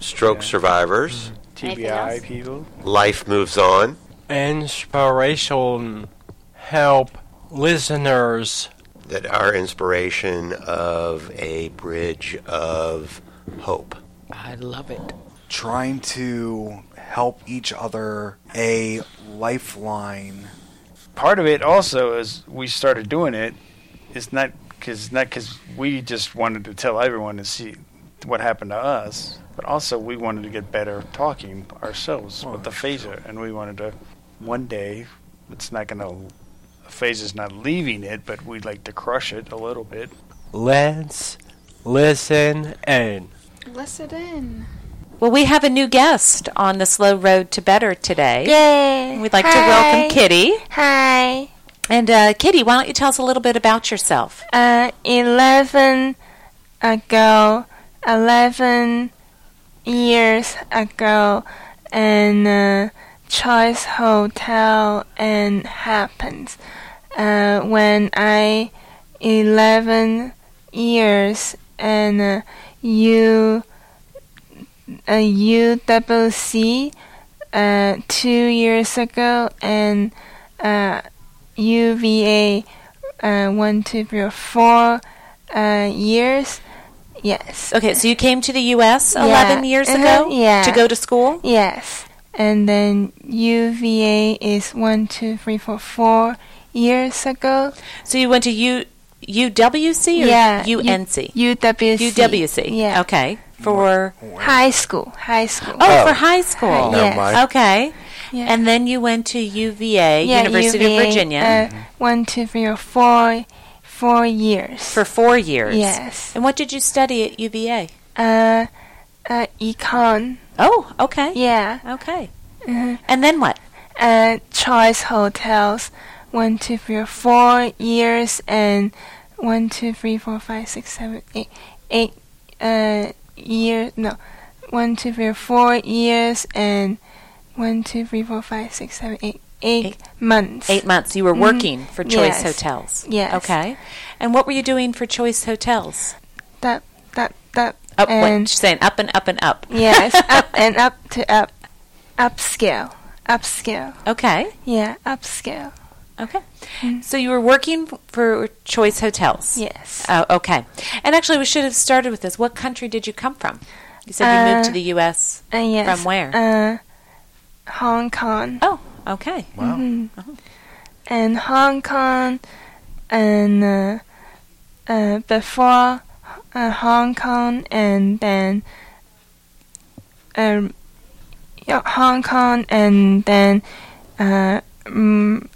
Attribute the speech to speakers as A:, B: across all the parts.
A: Stroke survivors.
B: Anything else?
C: TBI people.
A: Life moves on.
D: Inspiration. Help listeners.
A: That our inspiration of a bridge of hope.
E: I love it.
F: trying to help each other a lifeline.
C: Part of it also is we started doing it. It's not because not because we just wanted to tell everyone to see what happened to us, but also we wanted to get better talking ourselves with the phaser, and we wanted to one day. It's not gonna. Phaser's not leaving it, but we'd like to crush it a little bit.
D: Let's listen in.
G: Listen in.
H: Well, we have a new guest on the slow road to better today.
I: Yay!
H: We'd like to welcome Kitty.
I: Hi.
H: And uh, Kitty, why don't you tell us a little bit about yourself?
I: Uh, eleven ago, eleven years ago, an uh, choice hotel and happens. Uh, when I eleven years and uh, U uh, UWC uh, two years ago and uh, UVA uh, one two three or four uh, years. Yes.
H: Okay, so you came to the U.S.
I: Yeah.
H: 11 years
I: Uh-huh,
H: ago
I: yeah.
H: to go to school?
I: Yes. And then UVA is one two three four four years ago.
H: So you went to U- UWC or
I: yeah. U-
H: UNC?
I: UWC.
H: UWC.
I: Yeah.
H: Okay. For
I: High school. High school.
H: oh, for high school.
I: Never Yes. mind.
H: Okay.
I: Yeah.
H: And then you went to UVA,
I: yeah,
H: University
I: UVA,
H: of Virginia,
I: Uh, one two three or four four years.
H: for four years.
I: yes.
H: And what did you study at UVA?
I: Uh, uh, econ.
H: Oh, okay.
I: Yeah.
H: Okay.
I: Mhm.
H: And then what?
I: uh, choice hotels one two three four years and one two three four five six seven eight eight uh year no one two three four years and one two three four five six seven eight eight
H: Eight-
I: months
H: Eight months. You were
I: Mhm.
H: working for Choice
I: Yes.
H: Hotels.
I: Yes.
H: Okay. And what were you doing for Choice Hotels?
I: that that that
H: Up, what?
I: and
H: She's saying up and up and up.
I: yes up and up to up upscale upscale
H: Okay.
I: yeah upscale
H: Okay. So you were working for Choice Hotels.
I: Mm-hmm. yes
H: Oh, okay. And actually, we should have started with this. What country did you come from? You said you
I: Uh,
H: moved to the U.S.
I: Uh, yes.
H: From where?
I: Uh, Hong Kong.
H: Oh, okay.
I: And Hong Kong, and uh, uh, before uh, Hong Kong, and then um, yeah, Hong Kong, and then uh, mm,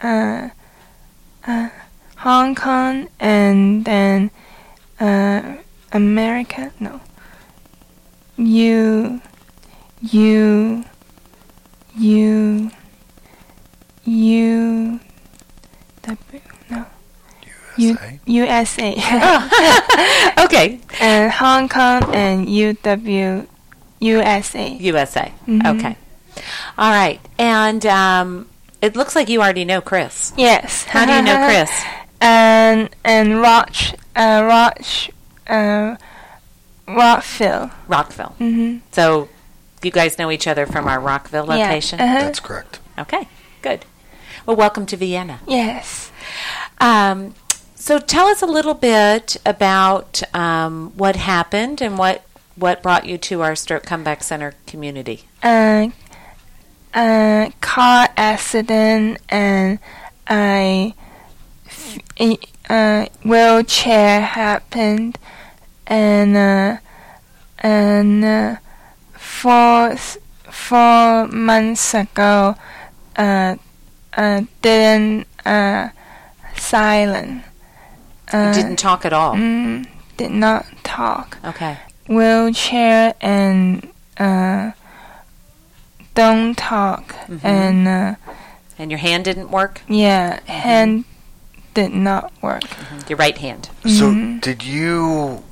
I: uh, uh, Hong Kong, and then uh, America. No, you, you, you. U W no U- USA
H: Okay.
I: and Hong Kong and U W USA.
H: USA.
I: Mhm.
H: Okay. All right. And um, it looks like you already know Chris.
I: Yes.
H: How do you
I: Uh-huh.
H: know Chris?
I: and and Roch uh Roch uh Rockville.
H: Rockville.
I: Mm-hmm.
H: So you guys know each other from our Rockville location?
I: Yeah. Uh-huh.
F: That's correct.
H: Okay. Good. Well, welcome to Vienna.
I: Yes.
H: Um, so tell us a little bit about um, what happened and what, what brought you to our Stroke Comeback Center community.
I: uh, uh, car accident and I f- e- uh, wheelchair happened and uh, and uh, four s- four months ago uh, uh, didn't uh, silent uh,
H: you didn't talk at all.
I: mm, did not talk
H: Okay.
I: wheelchair and uh, don't talk and uh,
H: And your hand didn't work?
I: yeah, hand did not work.
H: Your right hand.
I: Mhm.
G: So did you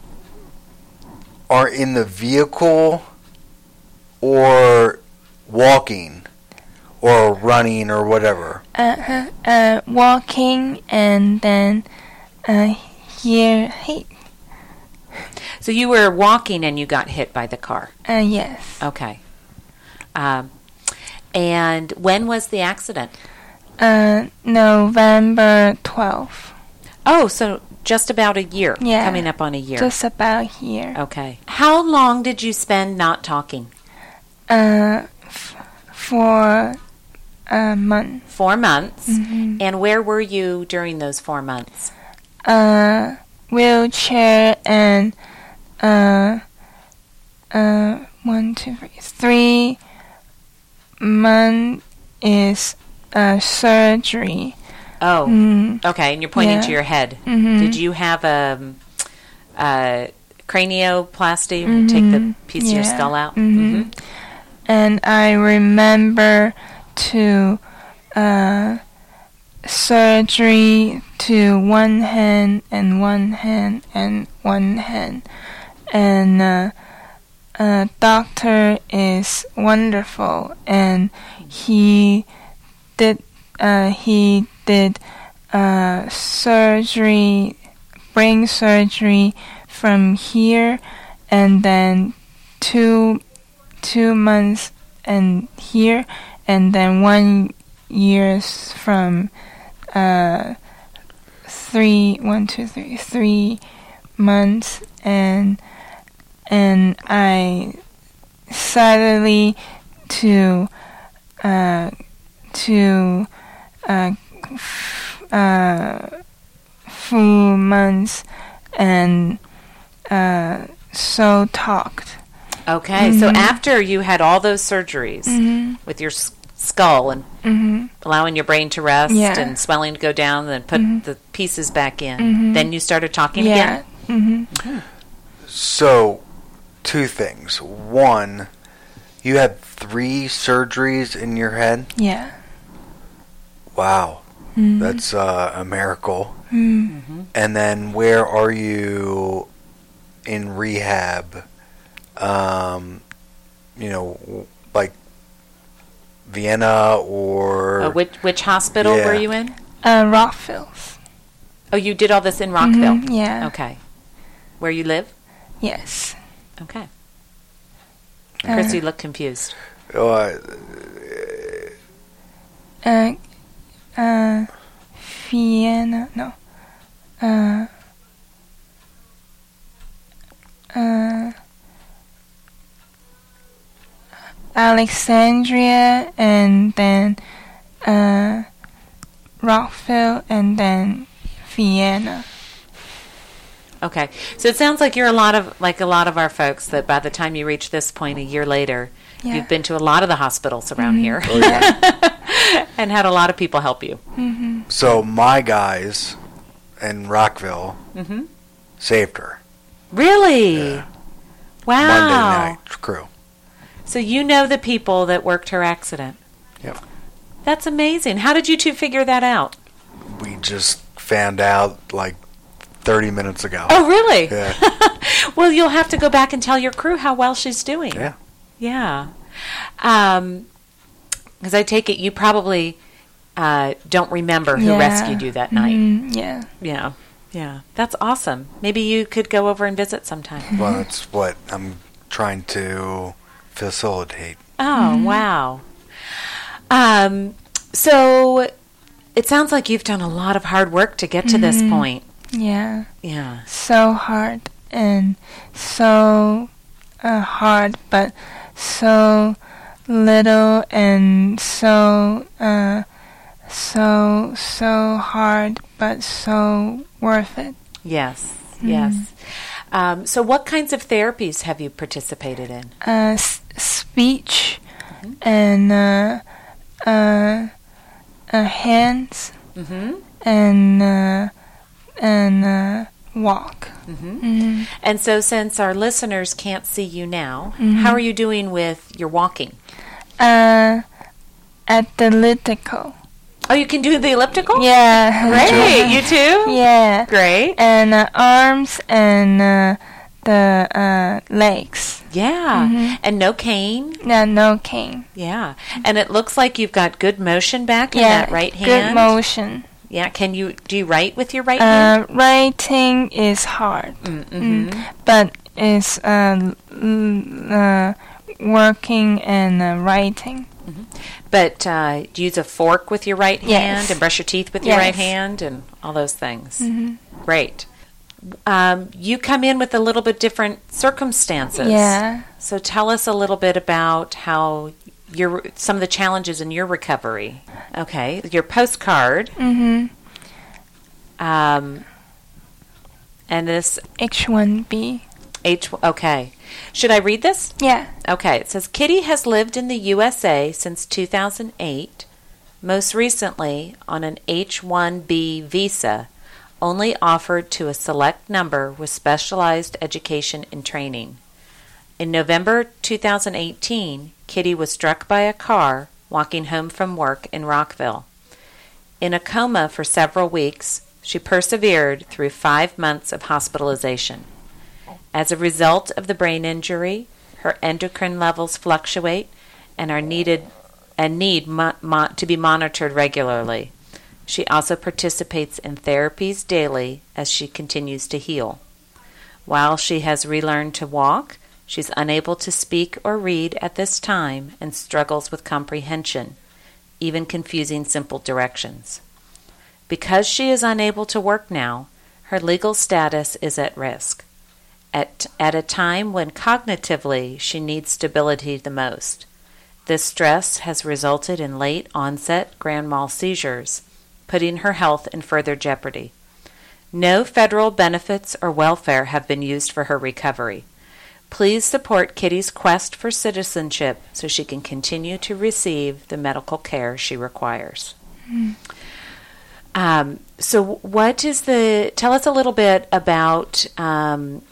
G: are in the vehicle or walking or running or whatever?
I: Uh, uh, uh, walking and then uh, here, hey,
H: So you were walking and you got hit by the car.
I: uh, yes,
H: Okay. Um, and when was the accident?
I: uh, November 12th,
H: Oh, so just about a year.
I: Yeah.
H: Coming up on a year.
I: just about here.
H: okay. How long did you spend not talking?
I: Uh, f- for a month.
H: Four months.
I: Mhm.
H: And where were you during those four months?
I: Uh, wheelchair and uh, uh, one, two, three, three month is uh, surgery.
H: Oh,
I: Mm.
H: okay. And you're pointing
I: Yeah.
H: to your head.
I: Mhm.
H: Did you have um, a, a cranioplasty? where you Take the
I: Mhm.
H: piece of your
I: Yeah.
H: skull out? Mm-hmm.
I: Mhm. and I remember to uh, surgery to one hand and one hand and one hand, and uh, uh, doctor is wonderful, and he did uh, he did uh, surgery, brain surgery from here, and then two two months and here, and then one years from uh, three one two three three months and and I suddenly to uh, to uh, f- uh, few months and uh, so talked.
H: Okay.
I: Mm-hmm.
H: So after you had all those surgeries with your s- skull and allowing your brain to rest
I: Mm-hmm. Yeah. Mm-hmm.
H: and swelling to go down, then put the pieces back in, then you started talking
I: Yeah.
H: again?
I: hmm
G: So two things. One, you had three surgeries in your head?
I: Yeah.
G: Wow.
H: Hmm.
G: That's uh, a miracle. And then where are you in rehab? Um, you know, w- like Vienna or
H: Uh, which, which hospital
G: Yeah.
H: were you in?
I: Uh, Rockfills.
H: Oh, you did all this in Rockville?
I: Mhm, Yeah.
H: Okay. Where you live?
I: Yes.
H: Okay.
I: Uh,
H: Chris, you look confused.
G: uh,
I: Uh, uh, Vienna. No. Uh. Uh. Alexandria and then uh, Rockville and then Vienna.
H: Okay. So it sounds like you're a lot of like a lot of our folks that by the time you reach this point a year later,
I: Yeah. Mm-hmm.
H: you've been to a lot of the hospitals around here and had a lot of people help you.
G: so my guys in Rockville
H: Mhm.
G: saved her
H: Really? Wow.
G: Monday night crew.
H: So you know the people that worked her accident.
G: Yep.
H: That's amazing. How did you two figure that out?
G: We just found out like 30 minutes ago.
H: Oh, really?
G: Yeah.
H: well, you'll have to go back and tell your crew how well she's doing.
G: Yeah.
H: Yeah. Um, because I take it you probably uh, don't remember who
I: Yeah.
H: rescued you that night.
I: Mm, yeah.
H: Yeah. Yeah. That's awesome. Maybe you could go over and visit sometime.
G: Well, that's what I'm trying to facilitate.
H: Oh,
I: Mm-hmm.
H: wow. Um, so it sounds like you've done a lot of hard work to get to this
I: Mm-hmm.
H: point.
I: Yeah.
H: Yeah.
I: so hard and so uh, hard, but so little and so uh, so so hard, but so worth it.
H: Yes.
I: Mm-hmm.
H: Yes. Um, so what kinds of therapies have you participated in?
I: Uh, s- speech
H: Mm-hmm.
I: and uh, uh, uh, hands
H: Mm-hmm.
I: and uh, and uh, walk. Mhm.
H: And
I: Mm-hmm.
H: so since our listeners can't see you now, how are you doing with your walking?
I: uh, at the elliptical.
H: Oh, you can do the elliptical?
I: Yeah.
H: Oh, Great. You too?
I: Yeah.
H: Great.
I: And uh, arms and uh, the uh, legs.
H: Yeah. And no cane.
I: No, no cane.
H: Yeah. And it looks like you've got good motion back in
I: yeah.
H: that right
I: Good
H: hand.
I: motion.
H: Yeah. Can you do you write with your right hand?
I: Uh, writing is hard,
H: Mm-hmm.
I: Mm. but it's uh, l- uh, working and uh, writing.
H: But uh, do you use a fork with your right
I: Yes.
H: hand and brush your teeth with your
I: Yes. Mm-hmm.
H: right hand and all those things. Great. Um, you come in with a little bit different circumstances.
I: Yeah.
H: So tell us a little bit about how your some of the challenges in your recovery. Okay, your postcard.
I: hmm
H: Um, and this
I: H1B.
H: H. Okay, should I read this?
I: Yeah.
H: Okay, it says Kitty has lived in the USA since 2008, most recently on an H 1B visa, only offered to a select number with specialized education and training. In November 2018, Kitty was struck by a car walking home from work in Rockville. In a coma for several weeks, she persevered through five months of hospitalization. As a result of the brain injury, her endocrine levels fluctuate and are needed and need mo- mo- to be monitored regularly. She also participates in therapies daily as she continues to heal. While she has relearned to walk, she's unable to speak or read at this time and struggles with comprehension, even confusing simple directions. Because she is unable to work now, her legal status is at risk at, at a time when cognitively she needs stability the most. This stress has resulted in late onset grand mal seizures, putting her health in further jeopardy. No federal benefits or welfare have been used for her recovery. Please support Kitty's quest for citizenship so she can continue to receive the medical care she requires. Um, so, what is the? Tell us a little bit about um,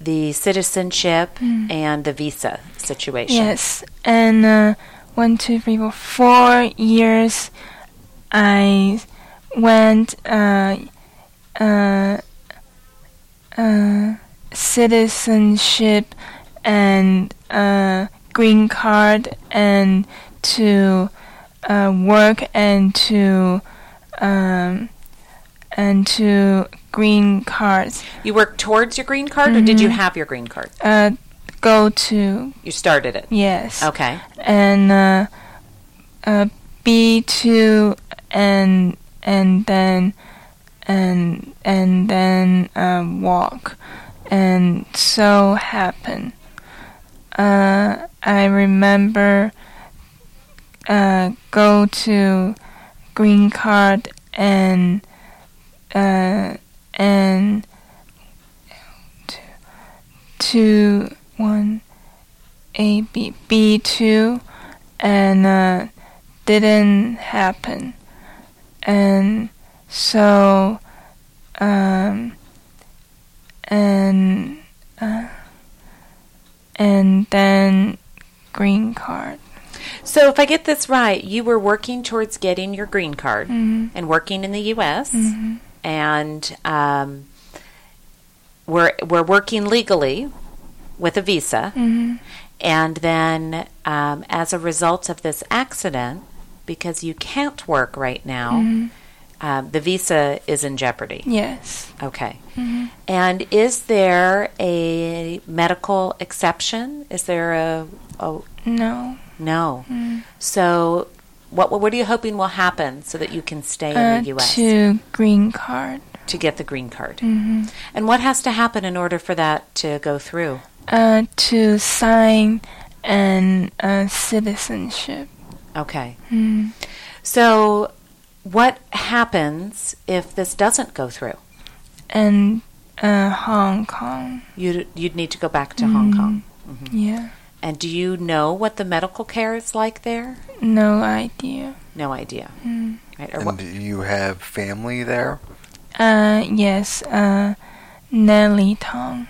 H: the citizenship and the visa situation.
I: Yes. And uh, one, two, three, four, four years. I went uh, uh, uh, citizenship and uh, green card and to uh, work and to um, and to green cards
H: You worked towards your green card, or did you have your green card?
I: uh, go to
H: You started it.
I: yes
H: Okay.
I: and uh, uh, B two and and then and and then um, walk and so happen. Uh, I remember uh, go to green card and uh, and two, two one a B B two, and uh, didn't happen, and so um and uh, and then green card.
H: So, if I get this right, you were working towards getting your green card and working in the U.S. and um, we're we're working legally with a visa, and then um, as a result of this accident, because you can't work right now, um, the visa is in jeopardy.
I: Yes.
H: Okay.
I: Mm-hmm.
H: And is there a medical exception? Is there a, a
I: No.
H: no.
I: Mm-hmm.
H: So, what what are you hoping will happen so that you can stay
I: Uh,
H: in the U.S.
I: to Mm-hmm. green card.
H: to get the green card? And what has to happen in order for that to go through?
I: Uh, to sign and uh, citizenship.
H: Okay.
I: Mm-hmm.
H: So, what happens if this doesn't go through?
I: And uh, Hong Kong.
H: You you'd need to go back to Hong Kong.
I: Mm-hmm. Yeah.
H: And do you know what the medical care is like there?
I: No idea.
H: No idea.
I: Mm-hmm.
H: Right, or
G: And
H: what-
G: do you have family there?
I: Uh, yes, uh, Nelly Tong.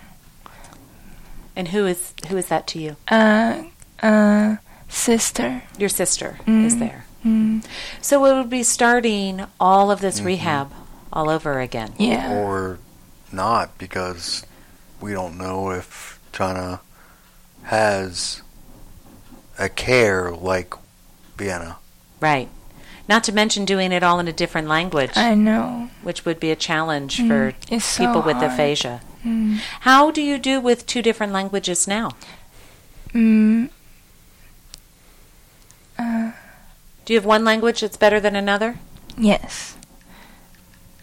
H: and who is who is that to you?
I: Uh, uh, sister.
H: Your sister is
I: Mm.
H: there.
I: Mm.
H: So it would be starting all of this rehab all over again.
I: Yeah.
G: or not because we don't know if China has a care like Vienna.
H: Right. Not to mention doing it all in a different language,
I: I know.
H: which would be a challenge
I: Mm,
H: for
I: it's so
H: people with
I: hard.
H: aphasia.
I: Mm.
H: How do you do with two different languages now?
I: Mm. Uh,
H: Do you have one language that's better than another?
I: yes.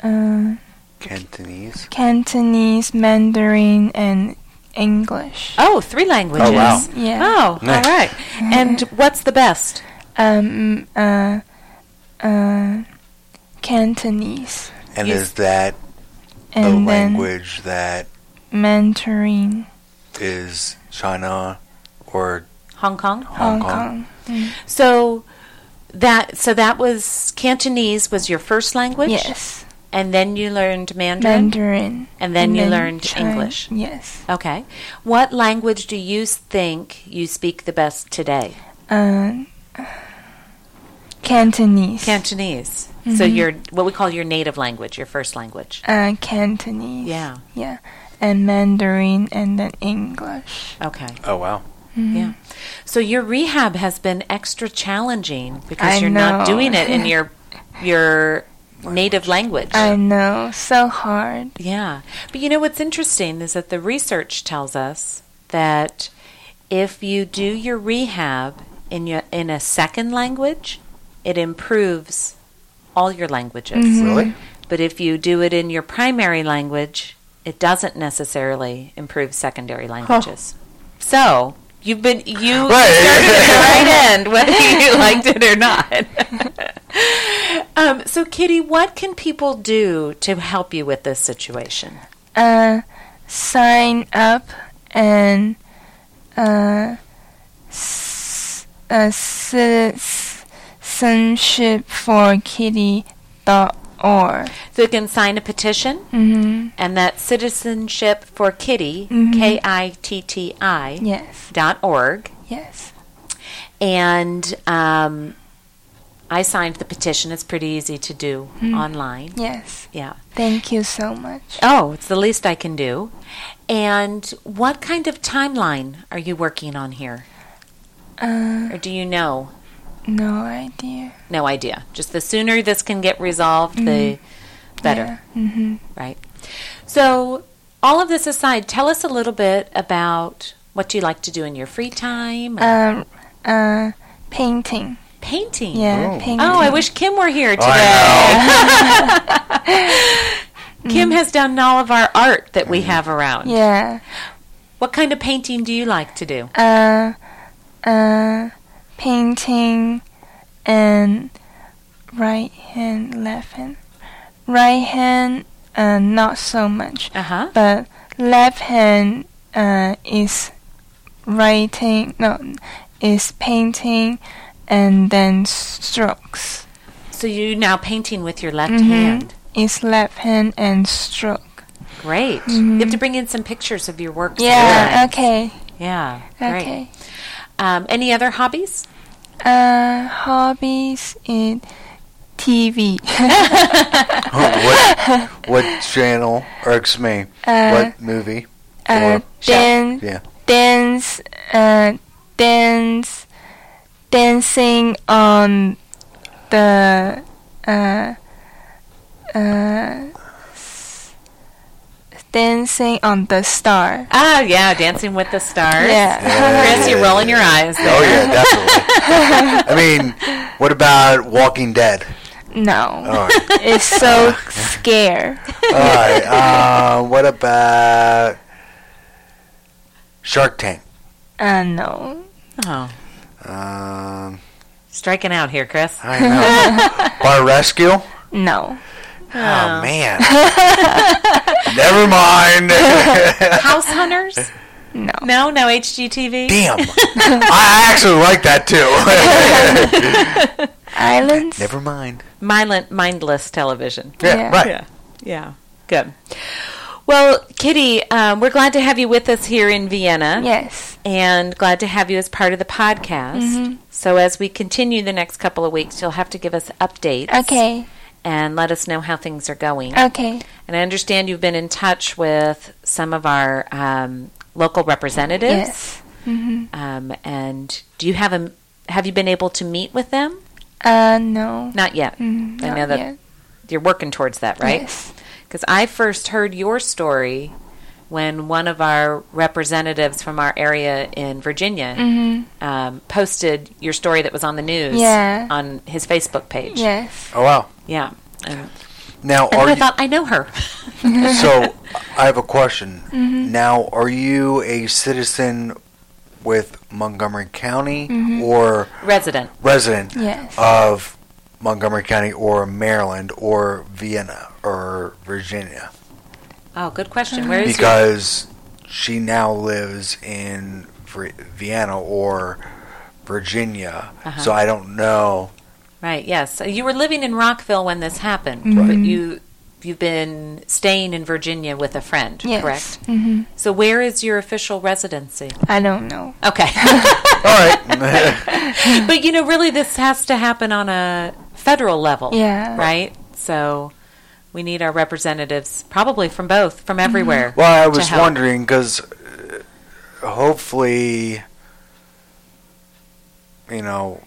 I: Uh,
G: Cantonese.
I: Cantonese, Mandarin, and English.
H: Oh, three languages.
I: Yeah. Mm-hmm.
H: Oh,
D: Nice.
H: all right. And what's the best?
I: Um. Uh. Uh. Cantonese,
G: And
H: You
G: is that
I: and
G: the
I: then
G: language that
I: Mandarin,
G: is China or
H: Hong Kong.
I: Hong,
G: Hong Kong?
I: Kong. Mm.
H: So that so that was Cantonese was your first language.
I: Yes.
H: And then you learned Mandarin.
I: Mandarin.
H: And then you learned
I: Chi-
H: English.
I: Yes.
H: Okay. What language do you think you speak the best today?
I: Uh, Cantonese.
H: Cantonese. So
I: Mm-hmm.
H: your what we call your native language, your first language.
I: uh, Cantonese.
H: Yeah.
I: Yeah. And Mandarin and then English.
H: Okay.
G: Oh wow.
I: Mm-hmm.
H: Yeah. So your rehab has been extra challenging because
I: I
H: you're not
I: know.
H: doing it in your your native language.
I: I know, so hard.
H: Yeah. But you know what's interesting is that the research tells us that if you do your rehab in your in a second language, it improves all your languages.
I: Mm-hmm.
G: Really?
H: But if you do it in your primary language, it doesn't necessarily improve secondary languages. So you've been you you started at the right end, whether you liked it or not. um, so, Kitty, what can people do to help you with this situation?
I: Uh, sign up and uh, s- uh, citizenship for kitty dot org.
H: So you can sign a petition,
I: Mm-hmm.
H: and that's citizenship for Kitty,
I: Mhm.
H: K I T T I
I: Yes.
H: dot org,
I: Yes.
H: and um, I signed the petition. It's pretty easy to do online.
I: Yes.
H: Yeah.
I: Thank you so much.
H: Oh, it's the least I can do. And what kind of timeline are you working on here?
I: Uh,
H: Or do you know?
I: no idea.
H: No idea. Just the sooner this can get resolved, the better,
I: Mm-hmm.
H: right? So, all of this aside, tell us a little bit about what you like to do in your free time.
I: Um.
H: or
I: Uh. Painting.
H: painting.
I: Yeah. Painting.
H: Oh, I wish Kim were here today. Kim has done all of our art that we have around.
I: Mm-hmm. Yeah.
H: What kind of painting do you like to do?
I: uh, uh, painting and right hand, left hand. Right hand, uh, not so much,
H: Uh huh.
I: but left hand uh, is writing, no, is painting and then strokes.
H: So you're now painting with your left
I: Mhm.
H: hand.
I: Is left hand and stroke.
H: Great. You have to bring in some pictures of your work.
I: Mm-hmm. Yeah, okay,
H: sometime. Yeah. Great.
I: okay.
H: Um, any other hobbies?
I: Uh, hobbies in TV.
G: what what channel or excuse me,
I: uh,
G: what movie?
I: uh,
G: or-
I: dance,
G: Yeah.
I: dance, uh, dance, dancing on the uh, uh, s- dancing on the star.
H: Ah, yeah, Dancing with the Stars.
I: Yeah.
H: Chris, you're rolling your eyes.
G: Oh yeah, definitely. I mean, what about Walking Dead? All
I: no,
G: right.
I: it's so scare.
G: All right. Uh, what about Shark Tank?
I: Uh, no.
H: Oh,
G: Um,
H: striking out here, Chris.
G: I don't know. Bar Rescue? Oh,
I: No.
G: man. Never mind.
H: House Hunters?
I: No.
H: No, no HGTV.
G: Damn. I actually like that too.
I: Islands?
G: Never mind.
H: Mindless, mindless television.
G: Yeah,
I: Yeah.
G: right.
H: Yeah. Yeah. Good. Well, Kitty, um, we're glad to have you with us here in Vienna.
I: Yes.
H: And glad to have you as part of the podcast.
I: Mhm.
H: So, as we continue the next couple of weeks, you'll have to give us updates.
I: Okay.
H: And let us know how things are going.
I: Okay.
H: And I understand you've been in touch with some of our um, local representatives.
I: Yes. hmm
H: Um, and do you have a have you been able to meet with them?
I: Uh, no.
H: Not yet.
I: Mm,
H: I
I: not
H: know that
I: yet.
H: you're working towards that, right?
I: Yes.
H: Because I first heard your story when one of our representatives from our area in Virginia
I: Mhm.
H: um, posted your story that was on the news
I: Yeah.
H: on his Facebook page.
I: Yes.
G: Oh wow.
H: Yeah. And,
G: Now
H: and
G: are
H: I
G: you,
H: thought I know her.
G: so I have a question.
I: Mhm.
G: Now are you a citizen with Montgomery County
I: Mhm.
G: or
H: Resident.
G: resident
I: Yes.
H: Oh,
G: of Montgomery County or Maryland or Vienna or Virginia?
H: Oh, good question. Where is your-
G: because she now lives in Vir- Vienna or Virginia,
H: Uh-huh.
G: so I don't know.
H: Right. Yes. You were living in Rockville when this happened,
I: Right.
H: but you you've been staying in Virginia with a friend,
I: Yes.
H: correct?
I: hmm
H: So where is your official residency?
I: I don't know.
H: Okay.
G: All right,
H: but you know, really, this has to happen on a federal level.
I: Yeah.
H: Right. So we need our representatives, probably from both, from
I: Mm-hmm.
H: everywhere.
G: well, I
H: to
G: was
H: help.
G: wondering because hopefully, you know,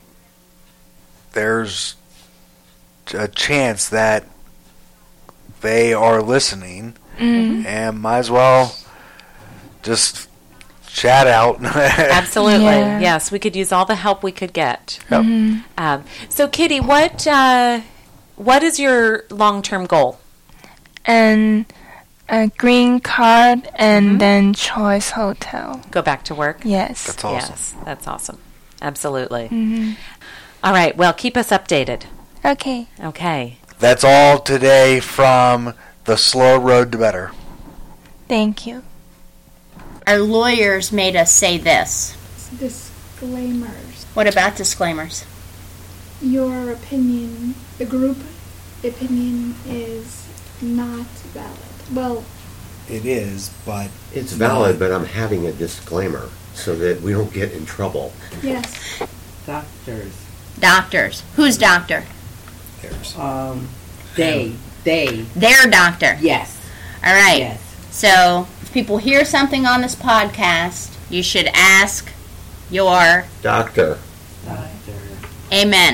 G: there's a chance that they are listening,
I: Mm.
G: and might as well just chat out.
H: Absolutely.
I: Yeah.
H: Yes, we could use all the help we could get.
G: Yep.
I: Mhm.
H: Um, so, Kitty, what uh, what is your long term goal?
I: And a green card and
H: Mm-hmm.
I: then choice hotel.
H: Go back to work.
I: Yes.
G: That's awesome.
H: Yes, that's awesome. Absolutely.
I: Mhm.
H: All right. Well, keep us updated.
I: Okay.
H: Okay.
G: That's all today from The Slow Road to Better.
I: Thank you.
B: Our lawyers made us say this.
J: Disclaimers.
B: What about disclaimers?
J: Your opinion, the group opinion is not valid. Well,
K: It is, but
A: It's valid, but I'm having a disclaimer so that we don't get in trouble.
J: yes,
K: doctors,
B: Doctors. Who's doctor?
K: there's um, they, they,
B: Their doctor.
K: yes,
B: All right.
K: yes,
B: So if people hear something on this podcast, you should ask your
A: Doctor.
K: doctor.
B: amen.